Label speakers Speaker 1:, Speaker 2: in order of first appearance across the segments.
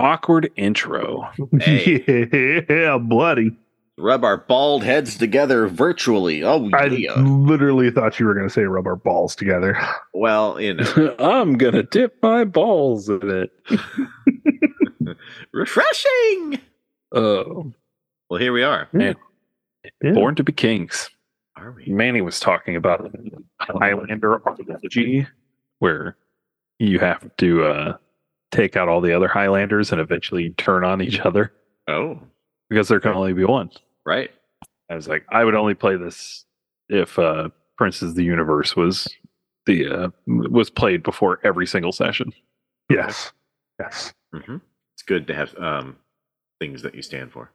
Speaker 1: awkward intro.
Speaker 2: yeah, bloody.
Speaker 3: Rub our bald heads together virtually. Oh,
Speaker 2: I
Speaker 3: yeah.
Speaker 2: literally thought you were going to say rub our balls together.
Speaker 3: Well, you know,
Speaker 1: I'm gonna dip my balls in it.
Speaker 3: refreshing.
Speaker 1: Oh,
Speaker 3: Well, here we are.
Speaker 2: Yeah.
Speaker 1: born to be kings.
Speaker 3: Are we?
Speaker 1: Manny was talking about Highlander archaeology, where you have to uh, take out all the other Highlanders and eventually turn on each other
Speaker 3: Oh,
Speaker 1: because there can only be one.
Speaker 3: right.
Speaker 1: I was like, I would only play this if uh, Prince's the Universe was the uh, was played before every single session.
Speaker 2: Yes. Yes.
Speaker 3: hmm It's good to have um, things that you stand for.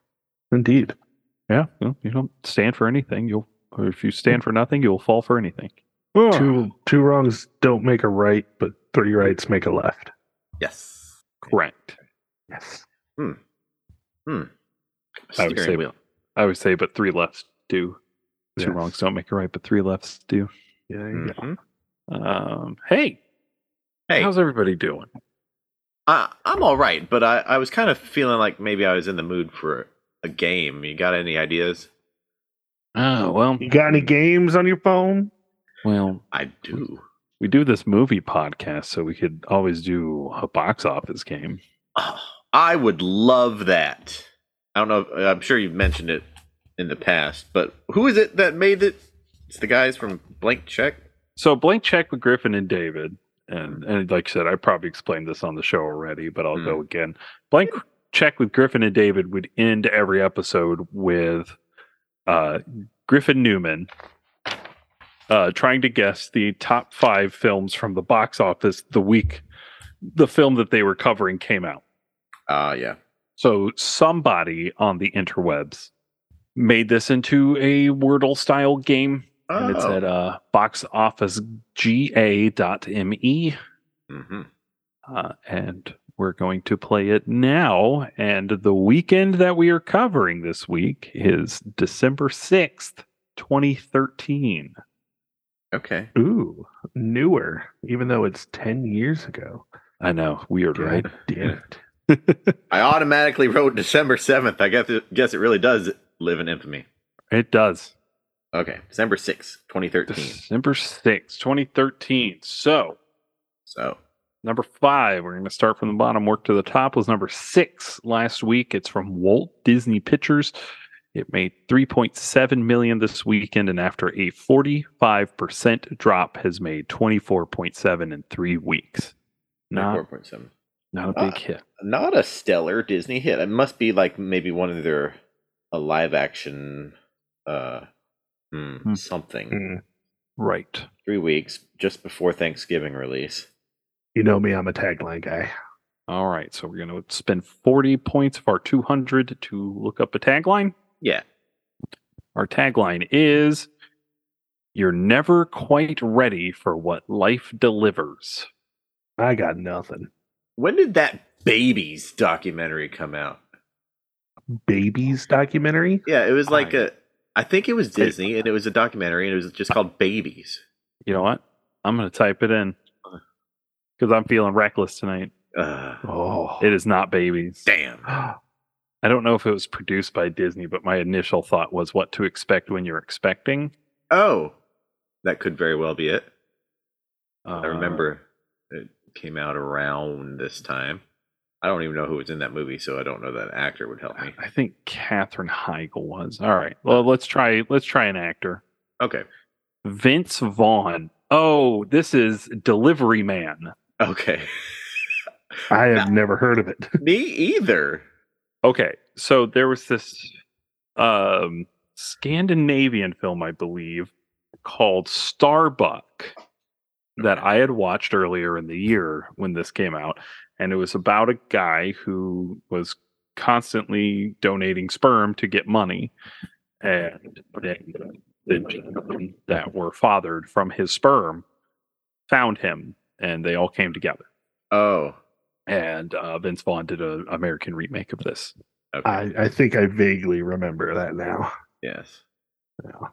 Speaker 2: Indeed.
Speaker 1: Yeah, well, you don't stand for anything. You'll or if you stand for nothing, you'll fall for anything.
Speaker 2: Two two wrongs don't make a right, but three rights make a left.
Speaker 3: Yes.
Speaker 1: Correct.
Speaker 2: Yes.
Speaker 1: I would
Speaker 3: Steering
Speaker 1: say-
Speaker 3: wheel.
Speaker 1: I would say, but three lefts do. Two
Speaker 2: Yes.
Speaker 1: wrongs Mm. don't make a right, but three lefts do.
Speaker 2: Yeah.
Speaker 3: Mhm.
Speaker 1: Um, hey,
Speaker 3: Hey,
Speaker 1: how's everybody doing?
Speaker 3: I, I'm all right, but I, I was kind of feeling like maybe I was in the mood for a game. You got any ideas?
Speaker 1: Oh well,
Speaker 2: You got any games on your phone?
Speaker 1: well,
Speaker 3: I do.
Speaker 1: we do this movie podcast, so we could always do a box office game.
Speaker 3: Oh, I would love that. I don't know. If, I'm sure you've mentioned it in the past, but who is it that made it? It's the guys from Blank Check.
Speaker 1: So blank check with Griffin and David, and and like I said, I probably explained this on the show already, but I'll go again. Blank check with Griffin and David would end every episode with uh, Griffin Newman uh, trying to guess the top five films from the box office the week the film that they were covering came out.
Speaker 3: Ah, yeah.
Speaker 1: So somebody on the interwebs made this into a Wordle style game and it's
Speaker 3: Oh.
Speaker 1: at uh, boxofficega.me.
Speaker 3: Mhm.
Speaker 1: E, Uh, and we're going to play it now. And the weekend that we are covering this week is December 6th, 2013.
Speaker 3: Okay.
Speaker 2: Ooh, newer. Even though it's ten years ago.
Speaker 1: I know, weird, right?
Speaker 2: God damn it.
Speaker 3: I automatically wrote December seventh. I guess it, guess it really does live in infamy.
Speaker 1: It does.
Speaker 3: Okay, December sixth, twenty thirteen.
Speaker 1: December 6th, 2013. So,
Speaker 3: So
Speaker 1: number five, we're going to start from the bottom, work to the top, was number six last week. It's from Walt Disney Pictures. It made 3.7 million this weekend, and after a 45% drop, has made 24.7 in three weeks.
Speaker 3: four
Speaker 1: Not,
Speaker 3: point seven.
Speaker 1: not a big hit.
Speaker 3: Not a stellar Disney hit. It must be like maybe one of their a live action, uh, hmm,
Speaker 1: Hmm.
Speaker 3: something.
Speaker 2: Mm.
Speaker 1: Right.
Speaker 3: Three weeks just before Thanksgiving release.
Speaker 2: You know me, I'm a tagline guy.
Speaker 1: All right. So we're going to spend 40 points of our 200 to look up a tagline.
Speaker 3: Yeah.
Speaker 1: Our tagline is You're never quite ready for what life delivers.
Speaker 2: I got nothing.
Speaker 3: When did that babies documentary come out?
Speaker 2: Babies documentary?
Speaker 3: Yeah, it was like
Speaker 1: I-
Speaker 3: a. I think it was Disney, and it was a documentary, and it was just called Babies.
Speaker 1: You know what? I'm going to type it in because I'm feeling reckless tonight.
Speaker 3: Uh,
Speaker 2: Oh.
Speaker 1: It is not babies.
Speaker 3: damn.
Speaker 1: I don't know if it was produced by Disney, but my initial thought was what to expect when you're expecting.
Speaker 3: Oh, that could very well be it.
Speaker 1: Uh,
Speaker 3: I remember it came out around this time. I don't even know who was in that movie, so I don't know that actor would help me.
Speaker 1: I think Katherine Heigl was. All right. Well, let's try. Let's try an actor.
Speaker 3: Okay.
Speaker 1: Vince Vaughn. Oh, this is Delivery Man.
Speaker 3: Okay.
Speaker 2: I have never heard of it.
Speaker 3: me either.
Speaker 1: Okay, so there was this um, Scandinavian film, I believe, called Starbuck that I had watched earlier in the year when this came out, and it was about a guy who was constantly donating sperm to get money, and then the children that were fathered from his sperm found him, and they all came together.
Speaker 3: Oh.
Speaker 1: And uh, Vince Vaughn did an American remake of this.
Speaker 3: Okay.
Speaker 2: I, I think I vaguely remember that now.
Speaker 3: yes.
Speaker 2: All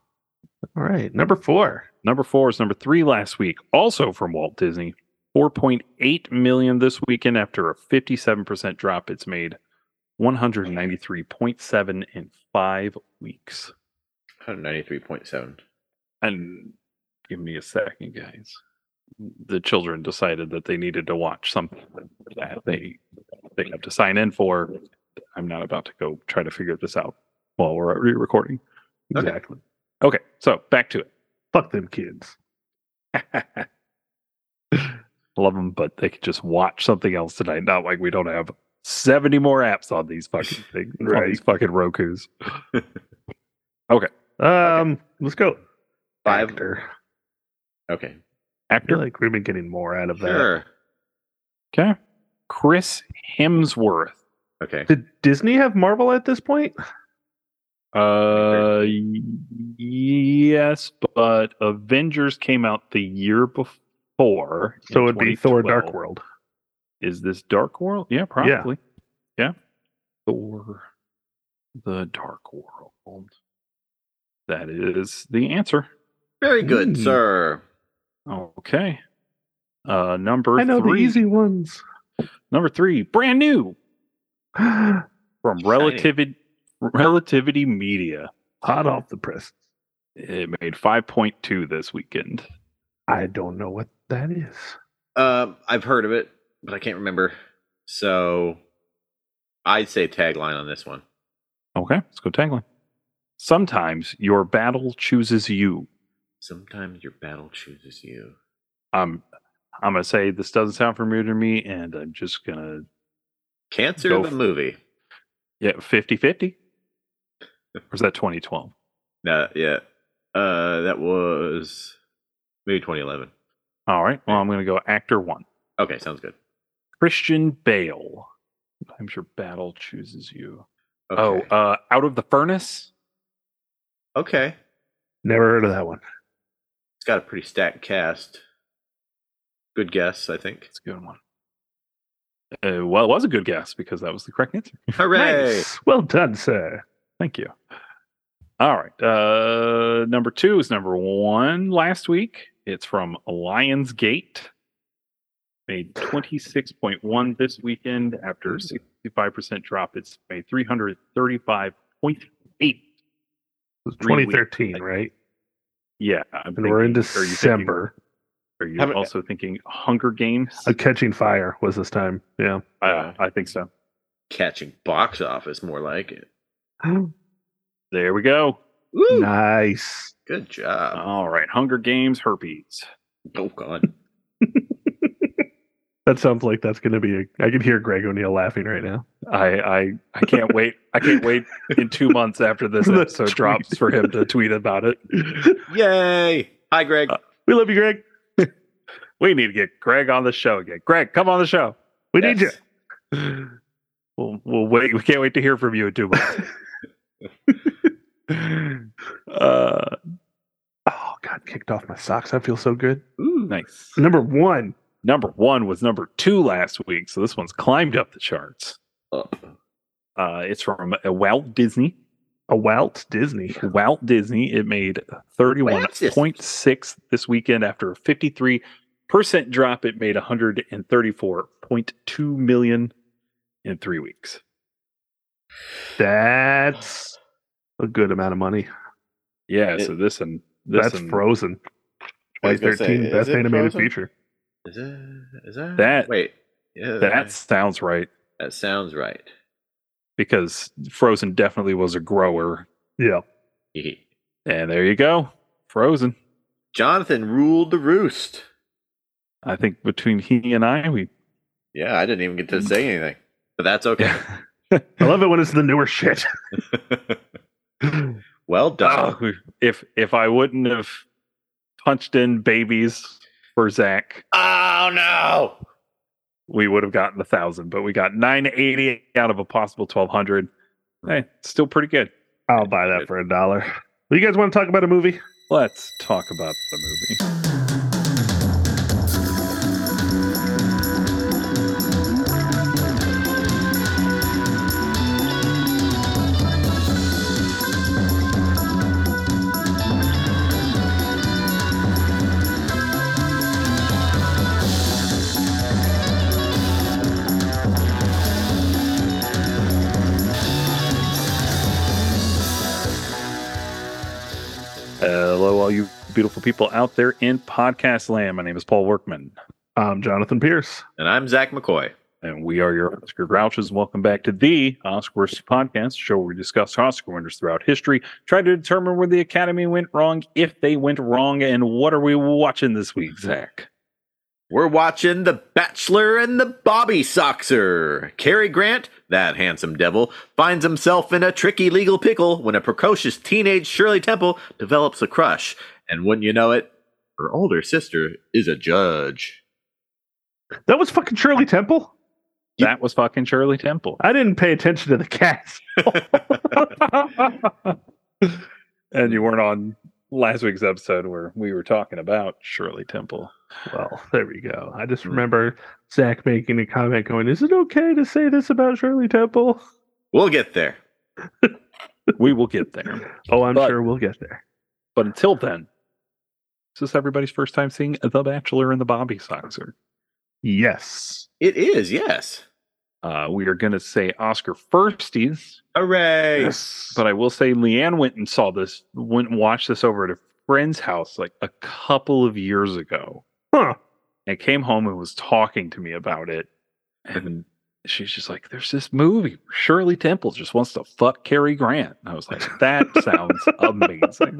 Speaker 2: right. Number four.
Speaker 1: Number four is number three last week, also from Walt Disney. 4.8 million this weekend after a 57% drop. It's made 193.7 in five weeks.
Speaker 3: 193.7.
Speaker 1: And give me a second, guys. The children decided that they needed to watch something that they they have to sign in for. I'm not about to go try to figure this out while we're already recording.
Speaker 3: Okay.
Speaker 2: Exactly.
Speaker 1: Okay, so back to it.
Speaker 2: Fuck them kids.
Speaker 1: Love them, but they could just watch something else tonight. Not like we don't have 70 more apps on these fucking things, on
Speaker 2: Right.
Speaker 1: these fucking Roku's.
Speaker 2: Um, let's go.
Speaker 3: Five.
Speaker 2: Actor.
Speaker 3: Okay.
Speaker 2: I feel
Speaker 1: Actor
Speaker 2: like we've been getting more out of that.
Speaker 3: Sure.
Speaker 1: Okay. Chris Hemsworth.
Speaker 3: Okay.
Speaker 2: Did Disney have Marvel at this point?
Speaker 1: Uh, y- yes, but Avengers came out the year before.
Speaker 2: So
Speaker 1: in
Speaker 2: it'd be Thor: Dark
Speaker 1: 2012.
Speaker 2: World.
Speaker 1: Is this Dark World? Yeah, probably. Yeah. Thor, the Dark World. That is the answer.
Speaker 3: Very good,
Speaker 2: Mm.
Speaker 3: sir.
Speaker 1: Okay. Uh, number
Speaker 2: I know
Speaker 1: three.
Speaker 2: the easy ones.
Speaker 1: Number three, brand new
Speaker 2: Hot
Speaker 1: from Relativity Relativity Media.
Speaker 2: off the press.
Speaker 1: It made 5.2 this weekend.
Speaker 2: I don't know what that is.
Speaker 3: Um, I've heard of it, but I can't remember. So I'd say tagline on this one.
Speaker 1: Okay, let's go tagline. Sometimes your battle chooses you.
Speaker 3: Sometimes your battle chooses you.
Speaker 1: I'm Um, I'm gonna say this doesn't sound familiar to me, and I'm just gonna
Speaker 3: Cancer
Speaker 1: Go
Speaker 3: the
Speaker 1: f-
Speaker 3: movie.
Speaker 1: yeah 50-50. Or is that 2012?
Speaker 3: No, yeah. Uh, that was maybe 2011.
Speaker 1: All right. Well, I'm gonna go actor one.
Speaker 3: Okay, sounds good.
Speaker 1: Christian Bale. Sometimes your battle chooses you.
Speaker 3: Okay.
Speaker 1: Oh, uh, out of the furnace.
Speaker 3: okay.
Speaker 2: Never heard of that one.
Speaker 3: It's got a pretty stacked cast. Good guess, I think.
Speaker 1: That's a good one. Uh, well, it was a good guess because that was the correct answer.
Speaker 3: Hooray!
Speaker 2: Nice. Well done, sir.
Speaker 1: Thank you. All right. Uh, number two is number one last week. It's from Lionsgate. Made 26.1 this weekend after a 65% drop. It's made 335.8.
Speaker 2: It was
Speaker 1: Three weeks.
Speaker 2: 2013, right?
Speaker 1: Yeah. I'm
Speaker 2: And we're in
Speaker 1: thinking- are you thinking-
Speaker 2: December.
Speaker 1: Are you
Speaker 3: Haven't-
Speaker 1: also thinking Hunger Games?
Speaker 2: Uh, Catching Fire was this time. Yeah.
Speaker 1: I, I think so.
Speaker 3: Catching box office, more like it.
Speaker 1: There we go.
Speaker 3: Woo!
Speaker 2: nice.
Speaker 3: Good job.
Speaker 1: All right. Hunger Games, herpes.
Speaker 3: oh God.
Speaker 2: That sounds like that's going to be. A, I can hear Greg O'Neill laughing right now.
Speaker 1: I I I can't wait. I can't wait in two months after this
Speaker 2: The
Speaker 1: episode
Speaker 2: tweet.
Speaker 1: drops for him to tweet about it.
Speaker 3: Yay! Hi, Greg.
Speaker 1: Uh,
Speaker 2: We love you, Greg.
Speaker 1: We need to get Greg on the show again. Greg, come on the show.
Speaker 2: We
Speaker 3: Yes.
Speaker 2: need you.
Speaker 1: We'll we'll wait. We can't wait to hear from you in two months. uh,
Speaker 2: Oh God, kicked off my socks. I feel so good.
Speaker 3: Ooh,
Speaker 1: nice.
Speaker 2: Number one.
Speaker 1: Number one was number two last week, so this one's climbed up the charts.
Speaker 3: Up.
Speaker 1: Uh, it's from uh, Walt Disney.
Speaker 2: A Walt Disney.
Speaker 1: Walt Disney. It made thirty-one point six this weekend after a fifty-three percent drop. It made one hundred and thirty-four point two million in three weeks.
Speaker 2: That's a good amount of money.
Speaker 1: Yeah.
Speaker 3: It-
Speaker 1: so this and this
Speaker 2: That's
Speaker 1: and
Speaker 2: Frozen.
Speaker 3: I was gonna say,
Speaker 2: 2013
Speaker 3: is
Speaker 2: best
Speaker 3: it
Speaker 2: animated
Speaker 3: Frozen?
Speaker 2: feature.
Speaker 3: Is that? Is that?
Speaker 1: That-
Speaker 3: Wait. Yeah,
Speaker 1: that sounds right
Speaker 3: that sounds right.
Speaker 1: because Frozen definitely was a grower.
Speaker 2: Yeah.
Speaker 1: And there you go, Frozen.
Speaker 3: Jonathan ruled the roost.
Speaker 1: I think between he and I, we
Speaker 3: Yeah, I didn't even get to say anything, but that's okay.
Speaker 1: yeah.
Speaker 2: I love it when it's the newer shit.
Speaker 3: well done.
Speaker 1: Oh, if if I wouldn't have punched in babies for Zach,
Speaker 3: Oh, no!
Speaker 1: we would have gotten a thousand, but we got 980 out of a possible 1200. Hey, still pretty good.
Speaker 2: I'll buy that for a dollar. Well, you guys want to talk about a movie?
Speaker 1: Let's talk about the movie. all you beautiful people out there in podcast land. My name is Paul Workman,
Speaker 2: I'm Jonathan Pierce.
Speaker 3: And I'm Zach McCoy.
Speaker 1: and we are your Oscar Grouches. Welcome back to the Oscar Worst Podcast, show where we discuss Oscar winners throughout history, try to determine where the Academy went wrong, if they went wrong, and what are we watching this week, Zach?
Speaker 3: We're watching The Bachelor and the Bobby Soxer. Cary Grant, that handsome devil, finds himself in a tricky legal pickle when a precocious teenage Shirley Temple develops a crush. And wouldn't you know it, her older sister is a judge.
Speaker 2: That was fucking Shirley Temple.
Speaker 1: That was fucking Shirley Temple.
Speaker 2: I didn't pay attention to the cast.
Speaker 1: And you weren't on last week's episode where we were talking about Shirley Temple.
Speaker 2: well, there we go. I just remember Zach making a comment going, Is it okay to say this about Shirley Temple?
Speaker 3: We'll get there.
Speaker 1: We will get there.
Speaker 2: Oh, I'm
Speaker 1: But-
Speaker 2: sure we'll get there.
Speaker 1: But until then, is this everybody's first time seeing The Bachelor and the Bobby Soxer?
Speaker 2: Yes.
Speaker 3: It is, yes.
Speaker 1: Uh, we are going to say Oscar firsties,
Speaker 3: Hooray.
Speaker 2: Yes.
Speaker 1: but I will say Leanne went and saw this, went and watched this over at a friend's house like a couple of years ago.
Speaker 2: Huh.
Speaker 1: and came home and was talking to me about it. And she's just like, There's this movie. where Shirley Temple just wants to fuck Cary Grant. And I was like, That sounds amazing.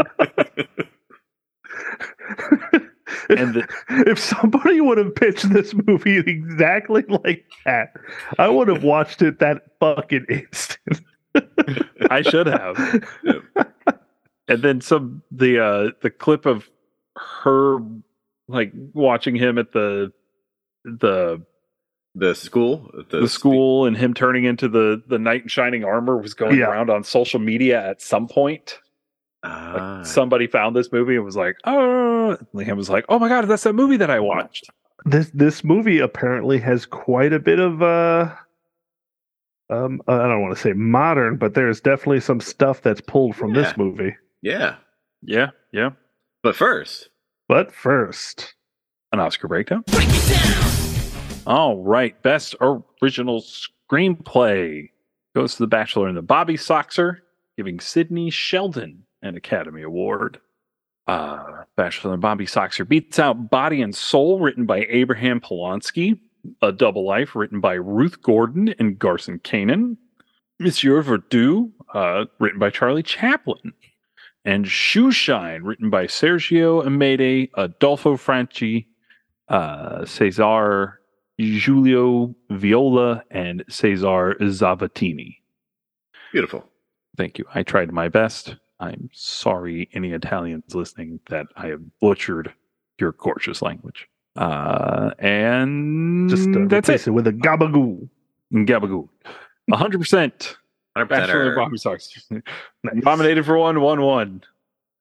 Speaker 1: And the-
Speaker 2: if somebody would have pitched this movie exactly like that, I would have watched it that fucking instant.
Speaker 1: I should have. And then some the uh the clip of her like watching him at the the
Speaker 3: The school?
Speaker 1: the school and him turning into the the knight in shining armor was going
Speaker 2: Yeah.
Speaker 1: around on social media at some point. Like,
Speaker 3: Ah.
Speaker 1: somebody found this movie and was like, "Oh!" Liam was like, "Oh my god, that's that movie that I watched."
Speaker 2: This this movie apparently has quite a bit of uh um I don't want to say modern, but there's definitely some stuff that's pulled from
Speaker 3: Yeah.
Speaker 2: this movie.
Speaker 3: yeah.
Speaker 1: Yeah, yeah.
Speaker 3: But first,
Speaker 2: But first,
Speaker 1: An Oscar breakdown. All right, best original screenplay goes to The Bachelor and the Bobby Soxer, giving Sidney Sheldon an Academy Award. Uh, Bachelor and Bobby Soxer beats out Body and Soul, written by Abraham Polanski, A Double Life, written by Ruth Gordon and Garson Kanan, Monsieur Verdoux, uh, written by Charlie Chaplin, and Shoeshine, written by Sergio Amede, Adolfo Franchi, uh, Cesar Giulio Viola, and Cesar Zavatini.
Speaker 3: beautiful.
Speaker 1: Thank you. I tried my best. I'm sorry, any Italians listening, that I have butchered your gorgeous language. Uh, and
Speaker 2: just uh,
Speaker 1: Mm, that's
Speaker 2: replace
Speaker 1: it.
Speaker 2: it. with a gabagoo.
Speaker 1: Gabagool. 100%
Speaker 3: 100%
Speaker 1: Bachelor
Speaker 3: error.
Speaker 1: of Bobby Sox.
Speaker 2: Nice.
Speaker 1: Nominated for one, one, one.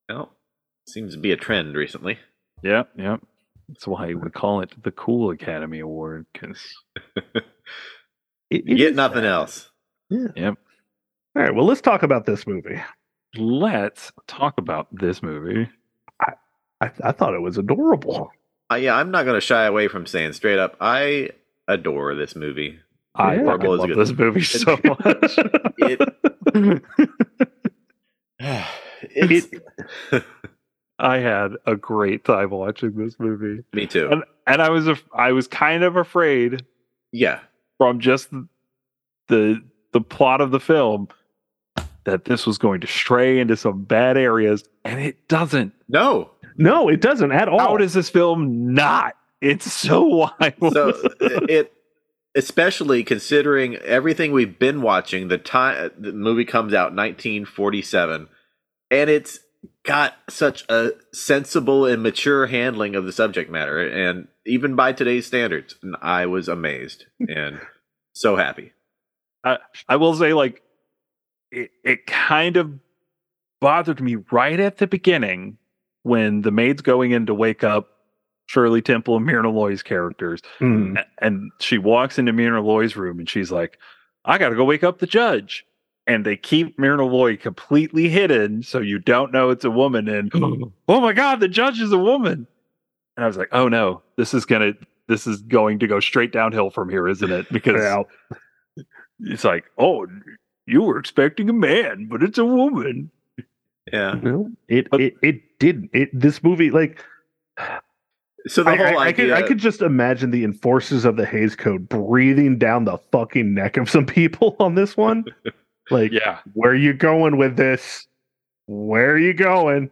Speaker 3: Well, seems to be a trend recently.
Speaker 1: Yep, yep. That's why we call it the Cool Academy Award because
Speaker 2: It-
Speaker 3: You
Speaker 2: it
Speaker 3: get
Speaker 2: is-
Speaker 3: nothing else.
Speaker 2: All right, well, let's talk about this movie.
Speaker 1: let's talk about this movie.
Speaker 2: I, I thought it was adorable.
Speaker 3: Uh, yeah, I'm not going to shy away from saying straight up, I adore this movie.
Speaker 1: I
Speaker 2: Yeah.
Speaker 1: fucking
Speaker 3: Well, it's
Speaker 1: love
Speaker 3: good.
Speaker 1: this movie so much.
Speaker 3: It, it's,
Speaker 1: I had a great time watching this movie,
Speaker 3: me too.
Speaker 1: and and I was af- I was kind of afraid
Speaker 3: Yeah,
Speaker 1: from just the the plot of the film that this was going to stray into some bad areas, and it doesn't.
Speaker 3: no.
Speaker 2: No, it doesn't at all.
Speaker 1: How does this film not? It's so wild.
Speaker 3: So it, especially considering everything we've been watching, the time the movie comes out 1947, and it's got such a sensible and mature handling of the subject matter, and even by today's standards, and I was amazed and so happy.
Speaker 1: I will say, like, it, it kind of bothered me right at the beginning when the maid's going in to wake up Shirley Temple and Myrna Loy's characters.
Speaker 2: Mm.
Speaker 1: A- And she walks into Myrna Loy's room and she's like, I got to go wake up the judge. And they keep Myrna Loy completely hidden so you don't know it's a woman. And oh my God, the judge is a woman. And I was like, oh no, this is going to. This is going to go straight downhill from here, isn't it? Because
Speaker 2: Yeah.
Speaker 1: it's like, oh, you were expecting a man, but it's a woman.
Speaker 3: Yeah.
Speaker 2: No, it
Speaker 1: But-
Speaker 2: it, it didn't. It this movie like
Speaker 3: So the
Speaker 2: I,
Speaker 3: whole
Speaker 2: I, I could
Speaker 3: idea.
Speaker 2: I could just imagine the enforcers of the Hayes Code breathing down the fucking neck of some people on this one. like,
Speaker 1: Yeah.
Speaker 2: where you going with this? Where are you going?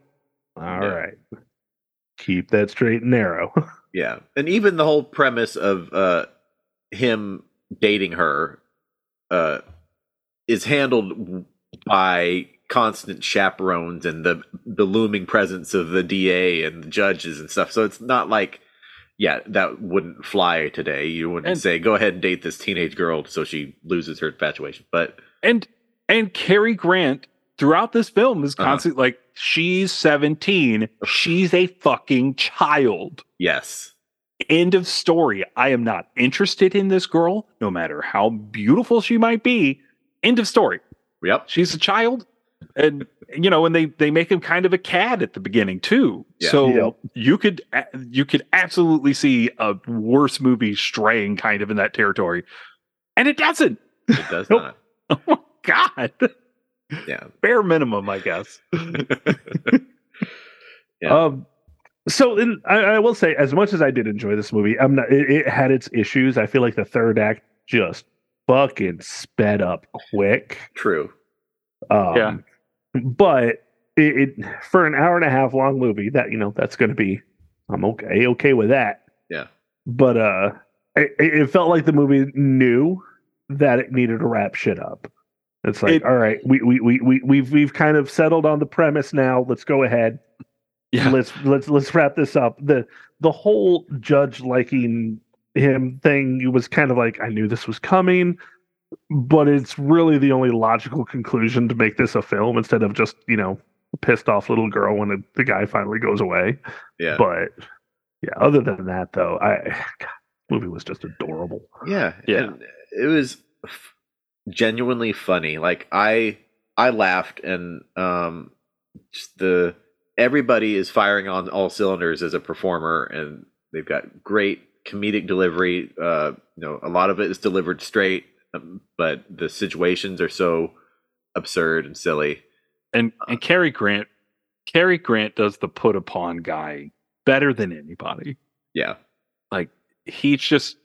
Speaker 2: All right,
Speaker 3: Yeah.
Speaker 2: keep that straight and narrow.
Speaker 3: Yeah, and even the whole premise of uh, him dating her uh, is handled by constant chaperones and the the looming presence of the DA and the judges and stuff. So it's not like, yeah, that wouldn't fly today. You wouldn't
Speaker 1: And-
Speaker 3: say, "Go ahead and date this teenage girl," so she loses her infatuation. But
Speaker 1: and and Cary Grant throughout this film is
Speaker 3: Uh-huh.
Speaker 1: constantly like she's 17, she's a fucking child.
Speaker 3: yes,
Speaker 1: End of story. I am not interested in this girl no matter how beautiful she might be. End of story.
Speaker 3: yep,
Speaker 1: She's a child and you know and they they make him kind of a cad at the beginning too.
Speaker 3: Yeah.
Speaker 1: So
Speaker 2: Yep.
Speaker 1: you could a- you could absolutely see a worse movie straying kind of in that territory. And it doesn't.
Speaker 3: it does
Speaker 2: Nope.
Speaker 3: not.
Speaker 1: Oh my god.
Speaker 3: Yeah,
Speaker 1: Bare minimum, I guess.
Speaker 3: Yeah.
Speaker 2: Um, so in, I, I will say, as much as I did enjoy this movie, I'm not. It, it had its issues. I feel like the third act just fucking sped up quick.
Speaker 3: true.
Speaker 2: Um,
Speaker 1: Yeah.
Speaker 2: But it, it for an hour and a half long movie that you know that's going to be I'm okay okay with that.
Speaker 3: Yeah.
Speaker 2: But uh, it, it it felt like the movie knew that it needed to wrap shit up. It's like,
Speaker 1: It-
Speaker 2: all right, we we we we we've we've kind of settled on the premise now. Let's go ahead.
Speaker 1: Yeah.
Speaker 2: Let's let's let's wrap this up. The the whole judge liking him thing was kind of like I knew this was coming, but it's really the only logical conclusion to make this a film instead of just, you know, pissed off little girl when it, the guy finally goes away.
Speaker 3: Yeah,
Speaker 2: But yeah, other than that though, I God, movie was just adorable.
Speaker 3: Yeah,
Speaker 1: Yeah.
Speaker 3: and It was f- genuinely funny. Like I, I laughed, and um, just the everybody is firing on all cylinders as a performer, and they've got great comedic delivery. Uh, you know, a lot of it is delivered straight, um, but the situations are so absurd and silly.
Speaker 1: And and Cary Grant, Cary Grant does the put upon guy better than anybody.
Speaker 3: Yeah,
Speaker 1: He's just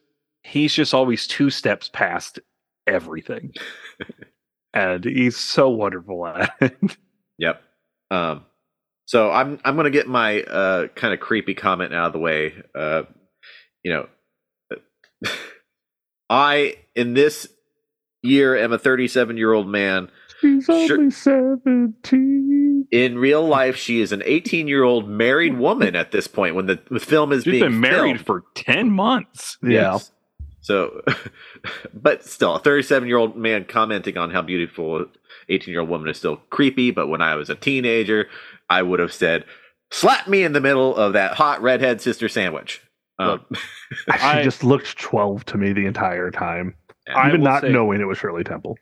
Speaker 1: he's just always two steps past everything. and he's so wonderful at it.
Speaker 3: yep. Um, so I'm I'm gonna get my uh kind of creepy comment out of the way. Uh, you know, uh, I in this year am a 37 year old man.
Speaker 2: She's
Speaker 3: Sure.
Speaker 2: only 17.
Speaker 3: In real life, she is an 18 year old married woman at this point when the, the film is
Speaker 1: She's
Speaker 3: being
Speaker 1: been married
Speaker 3: filmed.
Speaker 1: for 10 months.
Speaker 2: Yeah.
Speaker 3: Yes. So, but still, a 37 year old man commenting on how beautiful 18 year old woman is still creepy. But when I was a teenager, I would have said, "Slap me in the middle of that hot redhead sister sandwich." Um,
Speaker 2: She
Speaker 1: I-
Speaker 2: just looked 12 to me the entire time.
Speaker 1: I
Speaker 2: Even
Speaker 1: will
Speaker 2: not
Speaker 1: say-
Speaker 2: knowing it was Shirley Temple.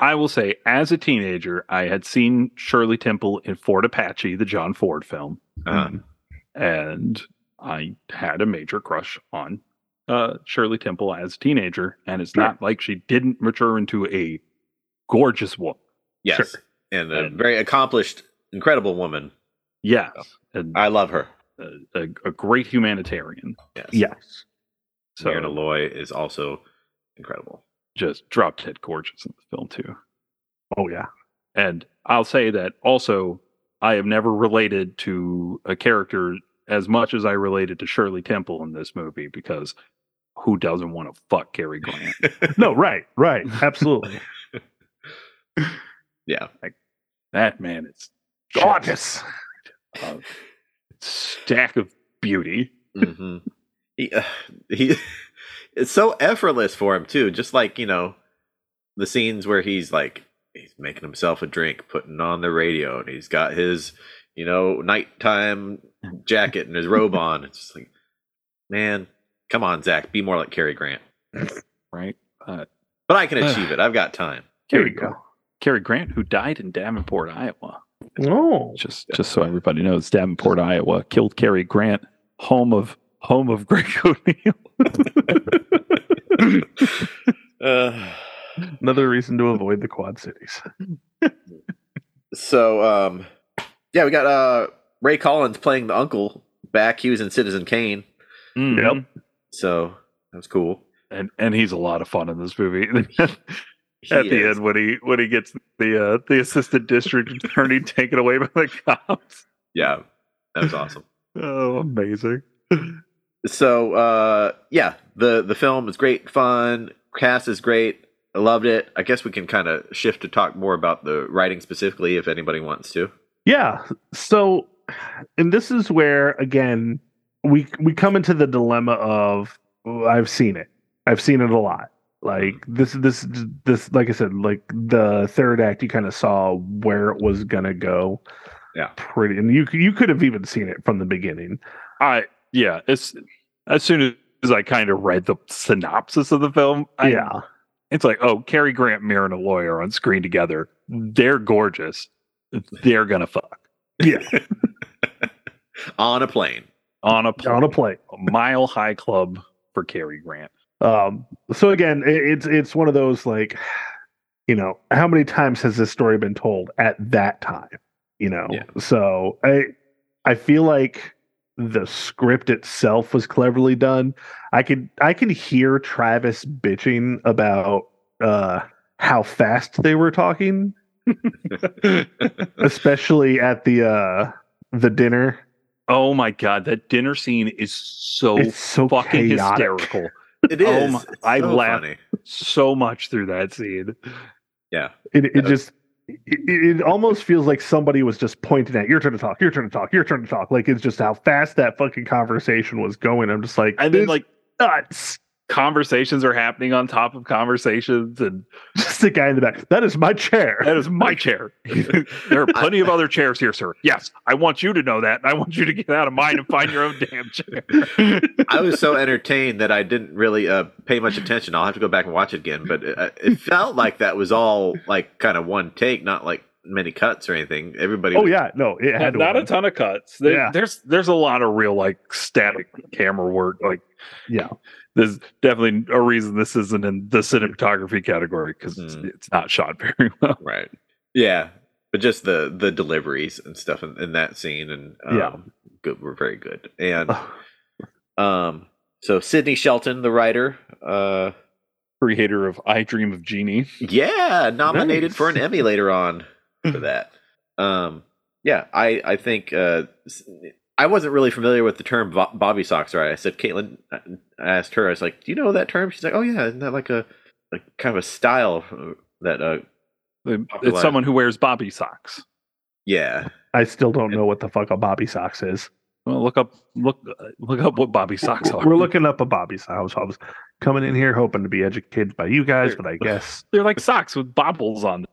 Speaker 1: I will say, as a teenager, I had seen Shirley Temple in Fort Apache, the John Ford film,
Speaker 3: uh,
Speaker 1: mm, and I had a major crush on uh, Shirley Temple as a teenager. And it's
Speaker 2: Sure.
Speaker 1: not like she didn't mature into a gorgeous woman.
Speaker 3: yes,
Speaker 1: Sure.
Speaker 3: and a
Speaker 1: And-
Speaker 3: very accomplished, incredible woman.
Speaker 1: Yes, and
Speaker 3: I love her.
Speaker 1: a, a- a great humanitarian.
Speaker 3: Yes.
Speaker 2: Yes.
Speaker 1: So
Speaker 3: Myrna Loy is also incredible.
Speaker 1: just drop dead gorgeous in the film too.
Speaker 2: Oh yeah.
Speaker 1: And I'll say that also, I have never related to a character as much as I related to Shirley Temple in this movie because who doesn't want to fuck Cary Grant?
Speaker 2: No, right, right. Absolutely.
Speaker 3: Yeah.
Speaker 1: that man is just
Speaker 2: Gorgeous.
Speaker 1: a stack of beauty.
Speaker 3: hmm He, uh, he, it's so effortless for him too. Just like you know, the scenes where he's like he's making himself a drink, putting on the radio, and he's got his you know nighttime jacket and his robe on. It's just like, man, come on, Zach, be more like Cary Grant.
Speaker 1: right?
Speaker 3: But I can achieve it. I've got time.
Speaker 2: There
Speaker 1: Cary
Speaker 2: you go.
Speaker 1: Grant, Cary Grant, who died in Davenport, Iowa.
Speaker 2: Oh,
Speaker 1: Just just so everybody knows, Davenport, Iowa, killed Cary Grant, home of home of Greg O'Neill.
Speaker 3: Uh,
Speaker 2: another reason to avoid the Quad Cities.
Speaker 3: so um, Yeah, we got uh, Ray Collins playing the uncle back. He was in Citizen Kane,
Speaker 1: Mhm.
Speaker 3: so that was cool.
Speaker 1: and and he's a lot of fun in this movie. At
Speaker 3: He
Speaker 1: the
Speaker 3: is-
Speaker 1: end, when he when he gets the uh, the assistant district attorney taken away by the cops,
Speaker 3: yeah, that was awesome.
Speaker 1: oh, amazing!
Speaker 3: So uh, yeah, the the film is great, fun. Cast is great. I loved it. I guess we can kind of shift to talk more about the writing specifically if anybody wants to.
Speaker 2: Yeah. So, and this is where again we we come into the dilemma of "Oh, I've seen it. I've seen it a lot. Like this this this like I said, like the third act you kind of saw where it was going to go.
Speaker 3: Yeah.
Speaker 2: Pretty and you you could have even seen it from the beginning.
Speaker 1: I yeah, it's as soon as I kind of read the synopsis of the film, I,
Speaker 2: yeah.
Speaker 1: it's like oh, Cary Grant, Mir, and a lawyer on screen together. They're gorgeous. They're gonna fuck
Speaker 2: Yeah.
Speaker 3: On a plane.
Speaker 1: on a
Speaker 2: on a plate.
Speaker 1: mile high club for Cary Grant.
Speaker 2: Um, so again, it, it's it's one of those like, you know, how many times has this story been told at that time? You know,
Speaker 3: Yeah.
Speaker 2: so I I feel like the script itself was cleverly done. I could I can hear Travis bitching about uh how fast they were talking, especially at the uh the dinner.
Speaker 1: Oh my god, that dinner scene is so
Speaker 2: it's so
Speaker 1: fucking
Speaker 2: chaotic.
Speaker 1: hysterical.
Speaker 3: It is.
Speaker 1: Oh my-
Speaker 3: It's
Speaker 1: I
Speaker 3: so
Speaker 1: laughed.
Speaker 3: funny.
Speaker 1: so much through that scene.
Speaker 3: Yeah.
Speaker 2: It it
Speaker 3: Yeah.
Speaker 2: just it, it it almost feels like somebody was just pointing at your turn to talk, your turn to talk, your turn to talk. Like it's just how fast that fucking conversation was going. I'm just like,
Speaker 1: And then
Speaker 2: "This
Speaker 1: like
Speaker 2: nuts.
Speaker 1: conversations are happening on top of conversations and
Speaker 2: Just the guy in the back. That is my chair.
Speaker 1: that is my chair. there are plenty of other chairs here, sir. Yes, I want you to know that. and I want you to get out of mine and find your own damn chair.
Speaker 3: I was so entertained that I didn't really uh, pay much attention. I'll have to go back and watch it again, but it, it felt like that was all like kind of one take, not like many cuts or anything. Everybody.
Speaker 2: Oh
Speaker 3: was-
Speaker 2: yeah, no, it had to
Speaker 1: not a
Speaker 2: win.
Speaker 1: ton of cuts. There-
Speaker 2: Yeah.
Speaker 1: There's there's a lot of real like static camera work. Like
Speaker 2: Yeah.
Speaker 1: there's definitely a reason this isn't in the cinematography category because
Speaker 3: Mm.
Speaker 1: it's, it's not shot very well.
Speaker 3: Right. Yeah, but just the the deliveries and stuff in, in that scene and um,
Speaker 2: Yeah.
Speaker 3: good were very good. And
Speaker 2: Ugh.
Speaker 3: um, so Sidney Shelton, the writer, uh,
Speaker 1: Creator of I Dream of Genie.
Speaker 3: Yeah, nominated for an
Speaker 2: Nice.
Speaker 3: Emmy later on for that. Um, yeah, I I think uh, s- I wasn't really familiar with the term bo- Bobby socks. Right, I said Caitlin. I I asked her. I was like, "Do you know that term?" She's like, "Oh yeah, isn't that like a like kind of a style uh, that uh
Speaker 1: It's someone who wears bobby socks.
Speaker 3: yeah
Speaker 2: I still don't know what the fuck a bobby socks is.
Speaker 1: Well, look up look uh, look up what Bobby socks are.
Speaker 2: We're looking up a bobby sock. I was, I was coming in here hoping to be educated by you guys, but I guess
Speaker 1: They're like socks with bobbles on them.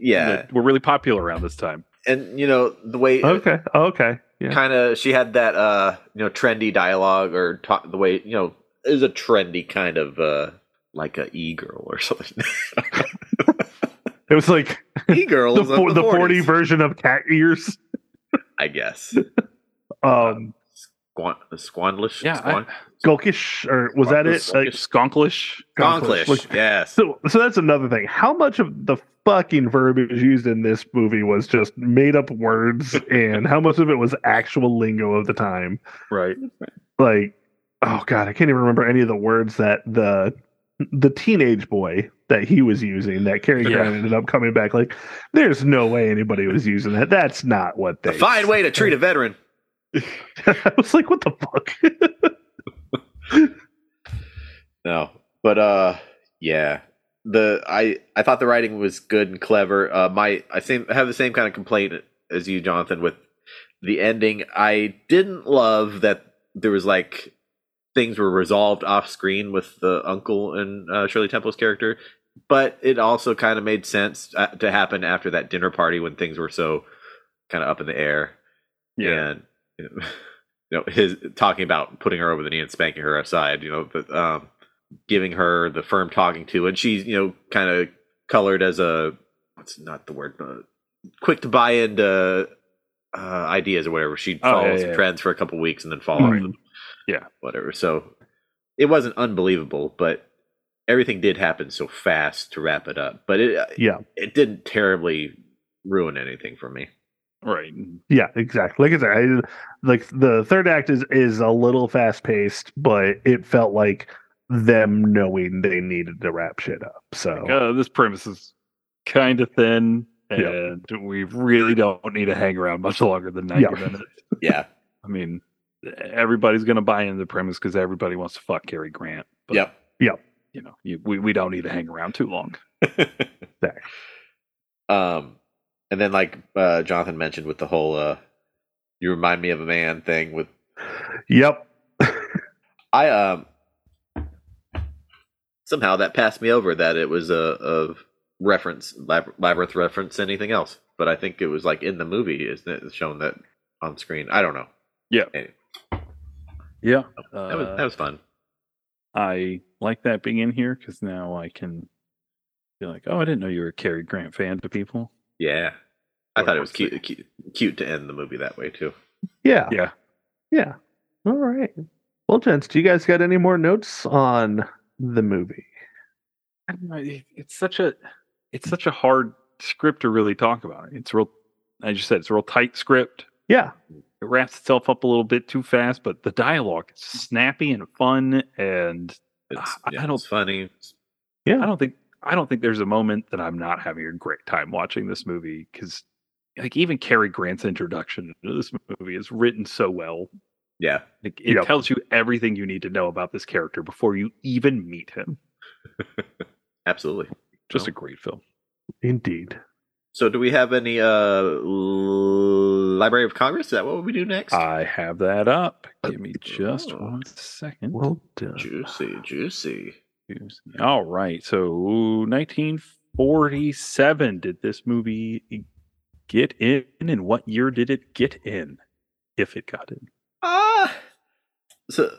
Speaker 3: Yeah.
Speaker 1: that were really popular around this time.
Speaker 3: and you know the way
Speaker 2: okay, okay, yeah,
Speaker 3: kind of she had that uh you know trendy dialogue or talk the way you know it was a trendy kind of uh like a e girl or something
Speaker 2: it was like
Speaker 3: e girl
Speaker 2: the, fo- the forty version of cat ears.
Speaker 3: I guess.
Speaker 2: Um,
Speaker 3: Squan- Squandlish?
Speaker 1: Yeah, I-
Speaker 3: Squan-
Speaker 2: Skulkish, or was that it?
Speaker 3: Skulkish.
Speaker 2: Like,
Speaker 1: Skonklish.
Speaker 3: Gonklish.
Speaker 2: Like,
Speaker 3: yes.
Speaker 2: So, so that's another thing. How much of the fucking verbiage used in this movie was just made up words, and how much of it was actual lingo of the time?
Speaker 1: Right.
Speaker 2: Like, oh god, I can't even remember any of the words that the the teenage boy that he was using that Cary
Speaker 1: Yeah.
Speaker 2: Grant ended up coming back. Like, there's no way anybody was using that. That's not what they.
Speaker 3: A fine way to treat a veteran.
Speaker 2: I was like, what the fuck?
Speaker 3: No. But uh yeah. The I I thought the writing was good and clever. Uh my I same I have the same kind of complaint as you, Jonathan, with the ending. I didn't love that there was like things were resolved off screen with the uncle and uh, Shirley Temple's character, but it also kind of made sense uh, to happen after that dinner party when things were so kind of up in the air.
Speaker 1: Yeah.
Speaker 3: and you know, you know, his talking about putting her over the knee and spanking her outside you know but um giving her the firm talking to and she's you know kind of colored as a what's not the word but quick to buy into uh ideas or whatever she
Speaker 1: Oh, yeah,
Speaker 3: follows
Speaker 1: yeah, yeah.
Speaker 3: trends for a couple weeks and then follows
Speaker 2: Right.
Speaker 3: them
Speaker 1: Yeah.
Speaker 3: whatever so it wasn't unbelievable but everything did happen so fast to wrap it up but it
Speaker 2: yeah.
Speaker 3: it didn't terribly ruin anything for me
Speaker 1: Right.
Speaker 2: Yeah, exactly. Like I said, I, like the third act is is a little fast paced, but it felt like them knowing they needed to wrap shit up. So
Speaker 1: Uh, this premise is kind of thin,
Speaker 2: Yeah.
Speaker 1: and we really don't need to hang around much longer than 90
Speaker 2: Yeah.
Speaker 1: minutes.
Speaker 3: Yeah.
Speaker 1: I mean, everybody's going to buy into the premise because everybody wants to fuck Cary Grant. But,
Speaker 3: Yep.
Speaker 1: you know, you, we, we don't need to hang around too long.
Speaker 3: um, and then like uh, Jonathan mentioned with the whole uh, "you remind me of a man" thing with
Speaker 2: yep.
Speaker 3: I um somehow that passed me over that it was a of reference lab, labyrinth reference anything else, but I think it was like in the movie, isn't it? It's shown that on screen. I don't know.
Speaker 1: Yeah.
Speaker 3: That was that was fun.
Speaker 1: Uh, I like that being in here because now I can be like, oh, I didn't know you were a Cary Grant fan to people.
Speaker 3: Yeah, I
Speaker 1: Or
Speaker 3: thought it was
Speaker 1: what's the-
Speaker 3: cute, cute cute to end the movie that way too.
Speaker 2: Yeah.
Speaker 1: Yeah.
Speaker 2: Yeah. All right. Well, gents, do you guys got any more notes on the movie?
Speaker 1: I don't know, it- it's such a it's such a hard script to really talk about. It's real, as you said, it's a real tight script.
Speaker 2: Yeah.
Speaker 1: It wraps itself up a little bit too fast, but the dialogue is snappy and fun, and
Speaker 3: It's,
Speaker 1: Ah, I- I
Speaker 3: yeah,
Speaker 1: don't-
Speaker 3: it's funny.
Speaker 1: I don't think I don't think there's a moment that I'm not having a great time watching this movie because like even Cary Grant's introduction to this movie is written so well.
Speaker 3: Yeah,
Speaker 1: Like, it
Speaker 2: Yep.
Speaker 1: tells you everything you need to know about this character before you even meet him.
Speaker 3: absolutely.
Speaker 1: Just
Speaker 3: Well.
Speaker 1: a great film.
Speaker 2: Indeed.
Speaker 3: So, do we have any uh l- Library of Congress? Is that what we do next?
Speaker 1: I have that up. Give me just
Speaker 3: Oh.
Speaker 1: one second.
Speaker 2: Well done.
Speaker 3: juicy, juicy.
Speaker 1: All right. So 1947 did this movie get in and what year did it get in? If it got in.
Speaker 3: Ah, so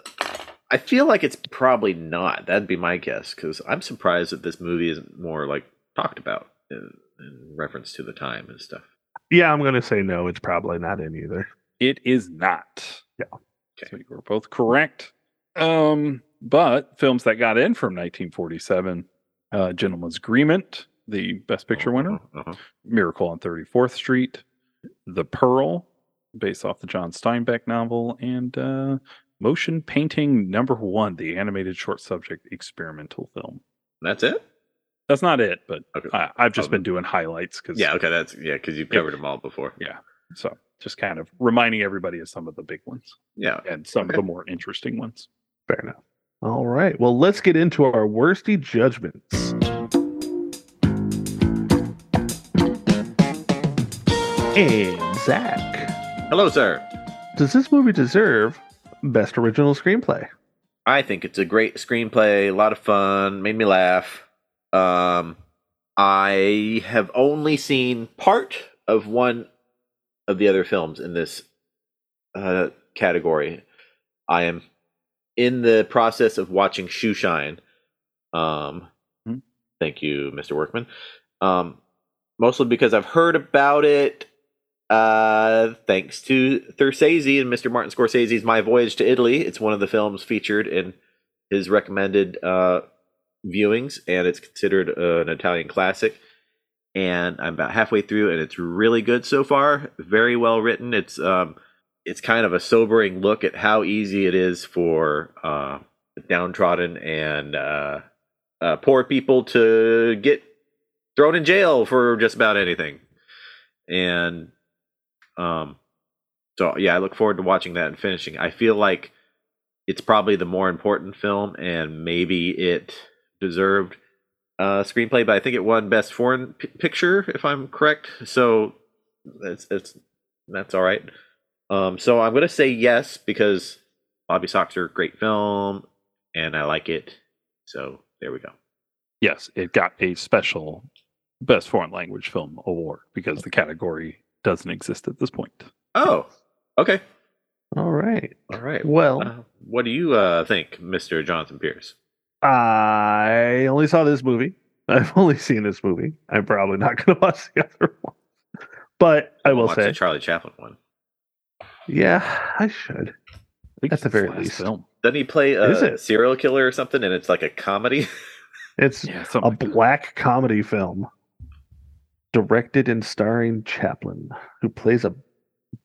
Speaker 3: I feel like it's probably not. That'd be my guess because I'm surprised that this movie isn't more like talked about in, in reference to the time and stuff.
Speaker 2: Yeah, I'm gonna say no. It's probably not in either.
Speaker 1: It is not.
Speaker 2: Yeah.
Speaker 1: Okay. So you were both correct. Um, but films that got in from 1947, uh, Gentleman's Agreement, the Best Picture winner,
Speaker 3: Uh-huh.
Speaker 1: Miracle on 34th Street, The Pearl, based off the John Steinbeck novel, and uh, Motion Painting Number One, the animated short subject experimental film.
Speaker 3: That's it.
Speaker 1: That's not it, but
Speaker 3: Okay.
Speaker 1: I, I've just
Speaker 3: Oh.
Speaker 1: been doing highlights because
Speaker 3: yeah. Okay. That's yeah. Because you've
Speaker 1: Uh, Yeah.
Speaker 3: covered them all before.
Speaker 1: Yeah. so just kind of reminding everybody of some of the big ones
Speaker 3: Yeah.
Speaker 1: and some
Speaker 3: Okay.
Speaker 1: of the more interesting ones.
Speaker 2: Fair enough. All right. Well, let's get into our worsty judgments. And Zach,
Speaker 3: Hello, sir.
Speaker 2: does this movie deserve best original screenplay?
Speaker 3: I think it's a great screenplay, a lot of fun, made me laugh. Um, I have only seen part of one of the other films in this uh, category. I am in the process of watching Shoeshine. Um,
Speaker 1: Hmm.
Speaker 3: Thank you, Mr. Workman. Um, mostly because I've heard about it. Uh, thanks to Thursese and Mr. Martin Scorsese's My Voyage to Italy. It's one of the films featured in his recommended uh, viewings, and it's considered uh, an Italian classic. And I'm about halfway through, and it's really good so far. Very well written. It's um, it's kind of a sobering look at how easy it is for uh, downtrodden and uh, uh, poor people to get thrown in jail for just about anything. And um, so yeah, I look forward to watching that and finishing. I feel like it's probably the more important film, and maybe it deserved uh, screenplay, but I think it won best foreign P- picture, if I'm correct. So it's it's that's all right. Um, so I'm gonna say yes because Bobby Socks are a great film, and I like it. So there we go.
Speaker 1: yes, it got a special Best Foreign Language Film award because the category doesn't exist at this point.
Speaker 3: Oh, okay,
Speaker 2: All right.
Speaker 3: all right.
Speaker 2: Well,
Speaker 3: Uh, what do you uh, think, Mister Jonathan Pierce?
Speaker 2: I only saw this movie. I've only seen this movie. I'm probably not going to watch the other one. But I will
Speaker 3: Watch the
Speaker 2: say,
Speaker 3: Charlie Chaplin one.
Speaker 2: yeah, I should.
Speaker 1: I think
Speaker 2: At
Speaker 1: it's
Speaker 2: the
Speaker 1: his
Speaker 2: very
Speaker 1: last
Speaker 2: least.
Speaker 1: film.
Speaker 3: Doesn't he play
Speaker 2: Is
Speaker 3: a
Speaker 2: it?
Speaker 3: serial killer or something? And it's like a comedy.
Speaker 2: It's
Speaker 1: Yeah,
Speaker 2: a
Speaker 1: something like that.
Speaker 2: black comedy film. directed and starring Chaplin, who plays a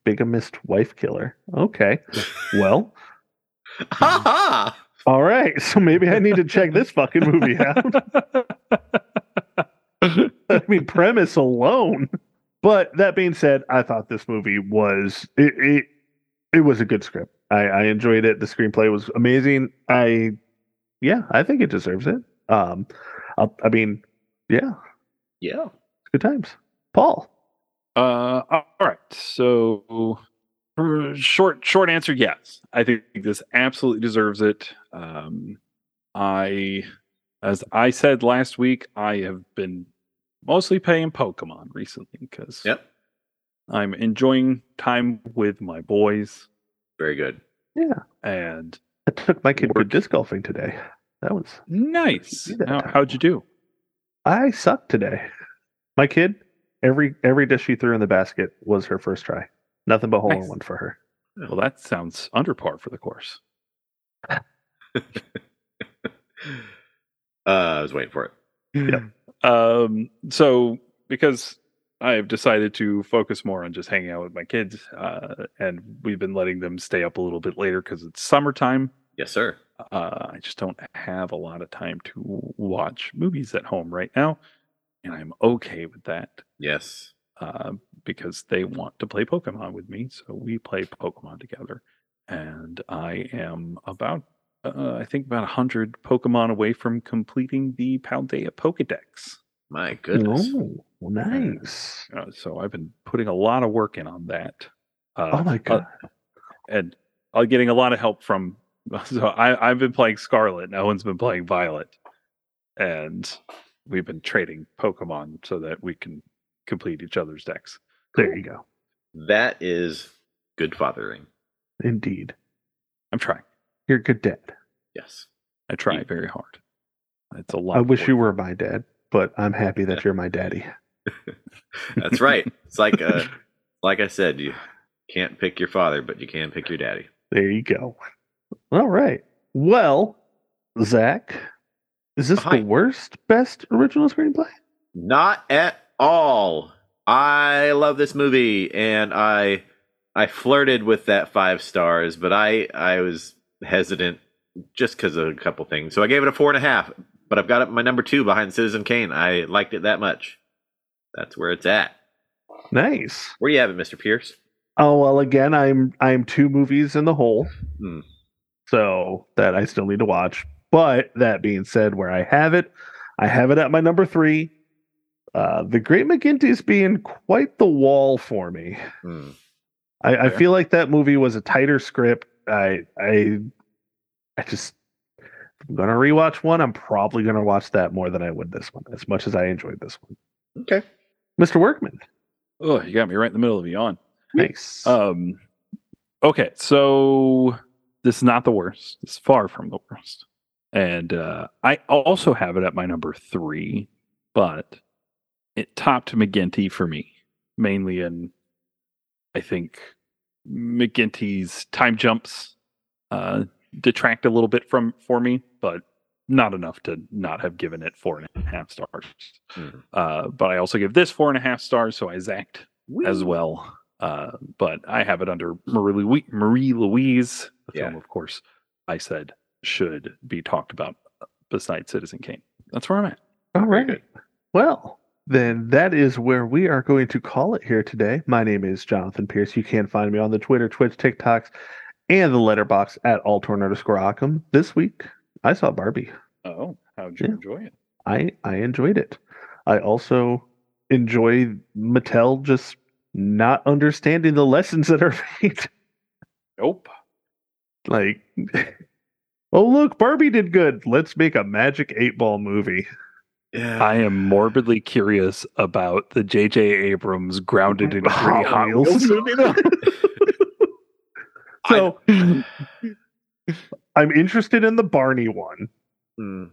Speaker 2: bigamist wife killer. Okay. Well,
Speaker 3: Ha ha!
Speaker 2: all right. So maybe I need to check this fucking movie out. I mean, premise alone. But that being said, I thought this movie was it. It, it was a good script. I, I enjoyed it. The screenplay was amazing. I, yeah, I think it deserves it. Um, I, I mean, yeah,
Speaker 3: Yeah.
Speaker 2: good times. Paul.
Speaker 1: Uh, all right. So, er, short short answer, yes. I think this absolutely deserves it. Um, I, as I said last week, I have been mostly playing Pokemon recently because
Speaker 3: Yep.
Speaker 1: I'm enjoying time with my boys
Speaker 3: Very good.
Speaker 1: and
Speaker 2: I took my kid to
Speaker 1: Work.
Speaker 2: disc golfing today. That was
Speaker 1: nice.
Speaker 2: Do that
Speaker 1: How,
Speaker 2: time.
Speaker 1: how'd you do?
Speaker 2: I sucked today. My kid, every every dish she threw in the basket was her first try. Nothing but hole in
Speaker 1: Nice.
Speaker 2: one for her.
Speaker 1: Well, that sounds under par for the course.
Speaker 3: Uh, I was waiting for it.
Speaker 1: um so because i've decided to focus more on just hanging out with my kids uh and we've been letting them stay up a little bit later because it's summertime
Speaker 3: Yes, sir.
Speaker 1: uh i just don't have a lot of time to watch movies at home right now and i'm okay with that
Speaker 3: Yes.
Speaker 1: uh because they want to play pokemon with me so we play pokemon together and i am about uh, i think about 100 pokemon away from completing the paldea pokédex
Speaker 3: My goodness.
Speaker 2: Oh, nice.
Speaker 1: Uh, so I've been putting a lot of work in on that. Uh,
Speaker 2: oh my
Speaker 1: uh,
Speaker 2: god.
Speaker 1: and uh, getting a lot of help from. So I, I've been playing Scarlet. and Owen's been playing Violet, and we've been trading Pokemon so that we can complete each other's decks.
Speaker 2: there you go.
Speaker 3: That is good fathering.
Speaker 2: Indeed.
Speaker 1: I'm trying.
Speaker 2: You're a good dad.
Speaker 3: Yes.
Speaker 1: I try very hard. It's a lot.
Speaker 2: I
Speaker 1: of
Speaker 2: wish you
Speaker 1: work.
Speaker 2: were my dad, but I'm happy that you're my daddy.
Speaker 3: That's right. It's like uh like I said, you can't pick your father, but you can pick your daddy.
Speaker 2: There you go. All right. Well, Zach, is this
Speaker 3: Hi.
Speaker 2: the worst best original screenplay?
Speaker 3: Not at all. I love this movie and I I flirted with that 5 stars, but I I was hesitant just cuz of a couple things. So I gave it a four and a half, but I've got it my number 2 behind Citizen Kane. I liked it that much. That's where it's at.
Speaker 2: Nice.
Speaker 3: Where you have it, Mr. Pierce?
Speaker 2: Oh well, again, I'm I'm two movies in the hole,
Speaker 3: Hmm.
Speaker 2: so that I still need to watch. But that being said, where I have it, I have it at my number three. Uh, the Great McGinty's being quite the wall for me.
Speaker 3: Hmm.
Speaker 2: I, I
Speaker 1: Fair.
Speaker 2: feel like that movie was a tighter script. I I I just if I'm gonna rewatch one. I'm probably gonna watch that more than I would this one, as much as I enjoyed this one.
Speaker 3: Okay.
Speaker 2: Mr. Workman,
Speaker 1: Oh, you got me right in the middle of a yawn.
Speaker 2: nice.
Speaker 3: Uh,
Speaker 1: Um, okay, so this is not the worst. It's far from the worst. And uh, I also have it at my number three, but it topped McGinty for me, mainly in, I think, McGinty's time jumps uh, detract a little bit from for me, but not enough to not have given it four and a half stars.
Speaker 3: Mhm.
Speaker 1: Uh, but I also give this four and a half stars, so I zacked as well. Uh, but I have it under Marie, Lou- Marie Louise, the film, of course, I said should be talked about besides Citizen Kane. That's where I'm at.
Speaker 2: All
Speaker 3: Very
Speaker 2: right. Well, then that is where we are going to call it here today. My name is Jonathan Pierce. You can find me on the Twitter, Twitch, TikToks, and the letterbox at Altorn underscore Occam. This week, I saw Barbie.
Speaker 1: Oh, how'd
Speaker 2: you Yeah.
Speaker 1: enjoy it?
Speaker 2: I I enjoyed it. I also enjoy Mattel just not understanding the lessons that are made.
Speaker 1: Nope.
Speaker 2: like, oh look, Barbie did good. Let's make a magic eight ball movie.
Speaker 3: Yeah.
Speaker 1: I am morbidly curious about the J.J. Abrams grounded in three
Speaker 2: Hot
Speaker 1: Hot
Speaker 2: Wheels.
Speaker 1: Wheels movie, though.
Speaker 2: So I'm interested in the Barney one.
Speaker 3: Hmm.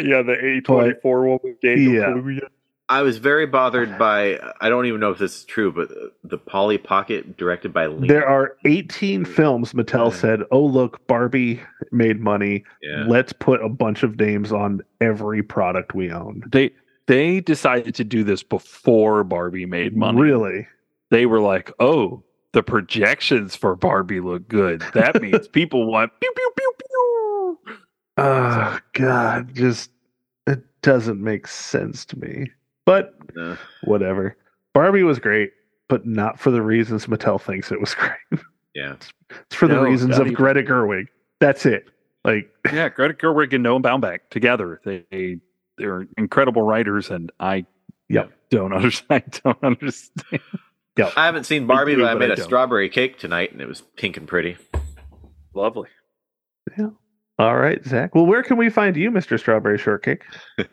Speaker 1: yeah, the A one with
Speaker 2: Daniel Yeah.
Speaker 3: I was very bothered by I don't even know if this is true, but uh, the Polly Pocket directed by Lena.
Speaker 2: There are 18 films Mattel
Speaker 3: Yeah.
Speaker 2: said, "Oh look, Barbie made money.
Speaker 3: yeah.
Speaker 2: Let's put a bunch of names on every product we own."
Speaker 1: They they decided to do this before Barbie made money.
Speaker 2: Really?
Speaker 1: They were like, "Oh, the projections for Barbie look good. That means people want pew pew pew pew."
Speaker 2: Oh God, just it doesn't make sense to me. But
Speaker 3: Uh,
Speaker 2: whatever. Barbie was great, but not for the reasons Mattel thinks it was great.
Speaker 3: yeah.
Speaker 2: It's for
Speaker 1: No,
Speaker 2: the reasons
Speaker 1: not
Speaker 2: of
Speaker 1: even.
Speaker 2: Greta Gerwig. That's it. Like
Speaker 1: Yeah, Greta Gerwig and Noah Baumbach together. They, they they're incredible writers, and I
Speaker 2: Yep.
Speaker 1: don't understand. I don't understand.
Speaker 3: I haven't seen Barbie,
Speaker 1: do,
Speaker 3: but I
Speaker 1: but
Speaker 3: made
Speaker 1: I
Speaker 3: a
Speaker 1: don't.
Speaker 3: strawberry cake tonight, and it was pink and pretty.
Speaker 1: Lovely.
Speaker 2: all right, Zach. Well, where can we find you, Mr. Strawberry Shortcake?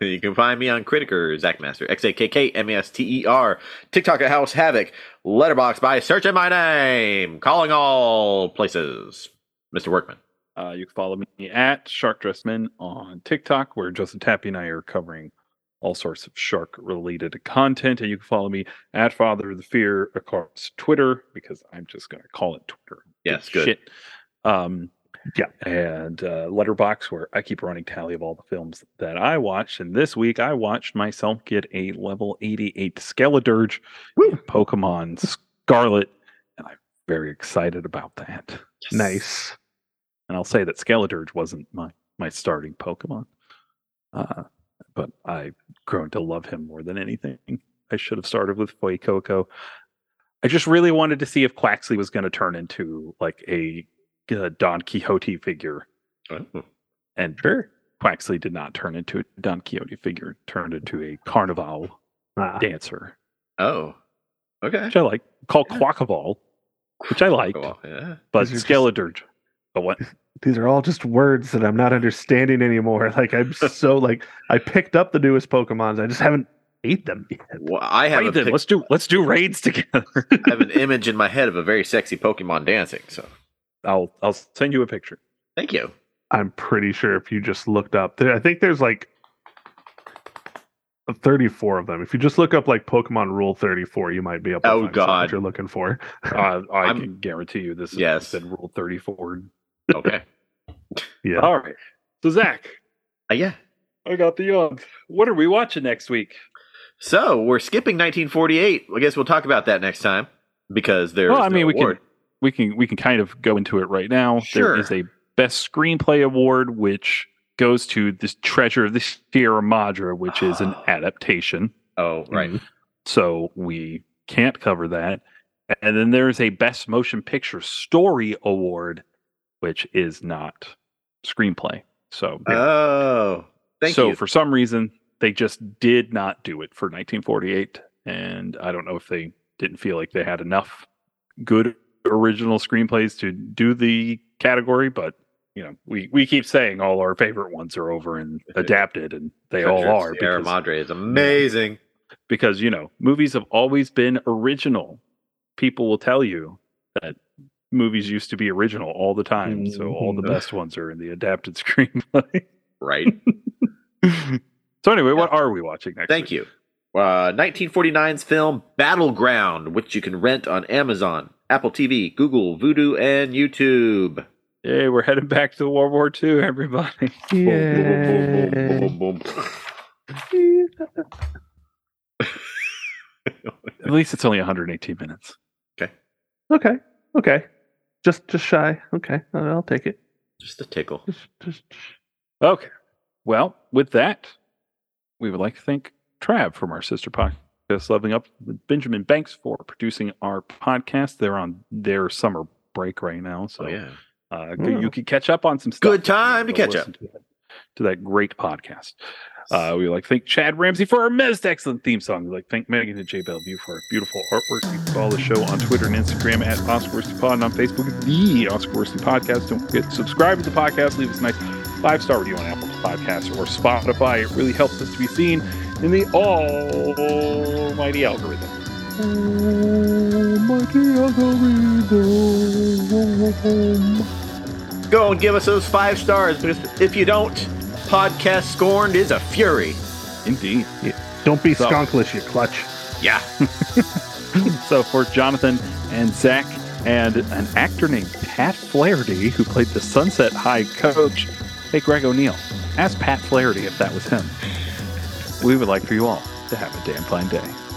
Speaker 3: you can find me on Critiker, Zach Master, X A K K M A S T E R, TikTok at House Havoc, Letterbox by searching my name, calling all places, Mr. Workman.
Speaker 1: Uh, you can follow me at Shark Dressman on TikTok, where Joseph Tappy and I are covering all sorts of shark related content. And you can follow me at Father of the Fear across Twitter, because I'm just going to call it Twitter.
Speaker 3: Yes, good.
Speaker 1: Shit. Um,
Speaker 2: Yeah.
Speaker 1: And uh, Letterbox, where I keep running tally of all the films that I watch. And this week I watched myself get a level 88 Skeledirge in Pokemon Scarlet. And I'm very excited about that.
Speaker 2: Nice.
Speaker 1: And I'll say that Skeledirge wasn't my my starting Pokemon, uh, but I've grown to love him more than anything. I should have started with Fuecoco. I just really wanted to see if Quaxley was going to turn into like a, uh Don Quixote figure,
Speaker 3: Oh,
Speaker 1: and sure. Quaxley did not turn into a Don Quixote figure; turned into a Carnival
Speaker 2: Ah,
Speaker 1: dancer,
Speaker 3: Oh. okay.
Speaker 1: which I like, called
Speaker 3: Yeah.
Speaker 1: Quackaval, which I liked,
Speaker 3: Cool. Yeah.
Speaker 1: but
Speaker 2: These are just-
Speaker 1: Skeledirge. But what?
Speaker 2: these are all just words that I'm not understanding anymore. Like I'm so like I picked up the newest Pokemons. I just haven't ate them yet.
Speaker 3: Well, I have a
Speaker 1: Raid them.
Speaker 3: pic-
Speaker 1: Let's do let's do raids together.
Speaker 3: I have an image in my head of a very sexy Pokemon dancing. So
Speaker 1: I'll I'll send you a picture.
Speaker 3: thank you.
Speaker 2: I'm pretty sure if you just looked up there, I think there's like 34 of them. If you just look up like Pokemon Rule 34, you might be able to
Speaker 3: Oh,
Speaker 2: find something
Speaker 3: God.
Speaker 2: you're looking for.
Speaker 1: Uh, I
Speaker 3: I'm-
Speaker 1: can guarantee you this is
Speaker 3: Yes.
Speaker 1: been Rule 34.
Speaker 3: Okay.
Speaker 2: Yeah.
Speaker 1: All right. So, Zach,
Speaker 3: Uh, yeah.
Speaker 1: I got the yawn. What are we watching next week?
Speaker 3: So we're skipping 1948. I guess we'll talk about that next time because there's.
Speaker 1: well, I mean,
Speaker 3: no
Speaker 1: we
Speaker 3: award.
Speaker 1: can, we, can, we can kind of go into it right now.
Speaker 3: Sure.
Speaker 1: There is a Best Screenplay Award, which goes to this Treasure of the Sierra Madre, which is an
Speaker 3: Ah.
Speaker 1: adaptation.
Speaker 3: Oh,
Speaker 2: Mm-hmm.
Speaker 3: right.
Speaker 1: So, we can't cover that. And then there's a Best Motion Picture Story Award, which is not screenplay. So,
Speaker 3: Oh, thank
Speaker 1: so
Speaker 3: you.
Speaker 1: for some reason, they just did not do it for 1948, and I don't know if they didn't feel like they had enough good original screenplays to do the category, but you know, we we keep saying all our favorite ones are over and adapted, and they all
Speaker 3: Treasure of
Speaker 1: are
Speaker 3: Sierra
Speaker 1: because,
Speaker 3: Madre is amazing.
Speaker 1: because you know movies have always been original. People will tell you that movies used to be original all the time, so all the
Speaker 3: Mm-hmm.
Speaker 2: Mhm.
Speaker 1: best ones are in the adapted screenplay.
Speaker 3: Right.
Speaker 1: so anyway, what are we watching next?
Speaker 3: Thank
Speaker 1: week?
Speaker 3: you. Uh, 1949's film Battleground, which you can rent on Amazon, Apple TV, Google, Vudu, and YouTube.
Speaker 1: Hey, we're heading back to World War II, everybody.
Speaker 3: Boom, boom, boom,
Speaker 2: Yeah.
Speaker 3: boom, boom, boom, boom.
Speaker 1: At least it's only 118 minutes.
Speaker 2: Okay. Okay. Just just shy. Okay. I'll I'll take it.
Speaker 3: Just a tickle.
Speaker 2: Just, just
Speaker 1: Okay. Well, with that, we would like to thank Trav from our sister podcast, Leveling Up with Benjamin Banks, for producing our podcast. They're on their summer break right now. So
Speaker 3: Oh, yeah.
Speaker 1: uh, you can catch up on some stuff.
Speaker 3: Hmm. Good time to
Speaker 1: Go
Speaker 3: catch up.
Speaker 1: listen To that, to that great podcast. Uh, we would like to thank Chad Ramsey for our most excellent theme song. We'd like to thank Megan and J. Bellevue for our beautiful artwork. You can follow the show on Twitter and Instagram at Oscar Worsley Pod and on Facebook at the Oscar Worsley Podcast. Don't forget to subscribe to the podcast. Leave us a nice five star review on Apple Podcasts or Spotify. It really helps us to be seen in the almighty algorithm. Almighty algorithm.
Speaker 3: Go and give us those five stars because if you don't, Podcast Scorned is a fury.
Speaker 1: Indeed.
Speaker 2: don't be
Speaker 1: So-
Speaker 2: skunkless, you clutch.
Speaker 3: Yeah.
Speaker 1: So for Jonathan and Zach and an actor named Pat Flaherty who played the Sunset High coach, hey Greg O'Neill, ask Pat Flaherty if that was him. We would like for you all to have a damn fine day.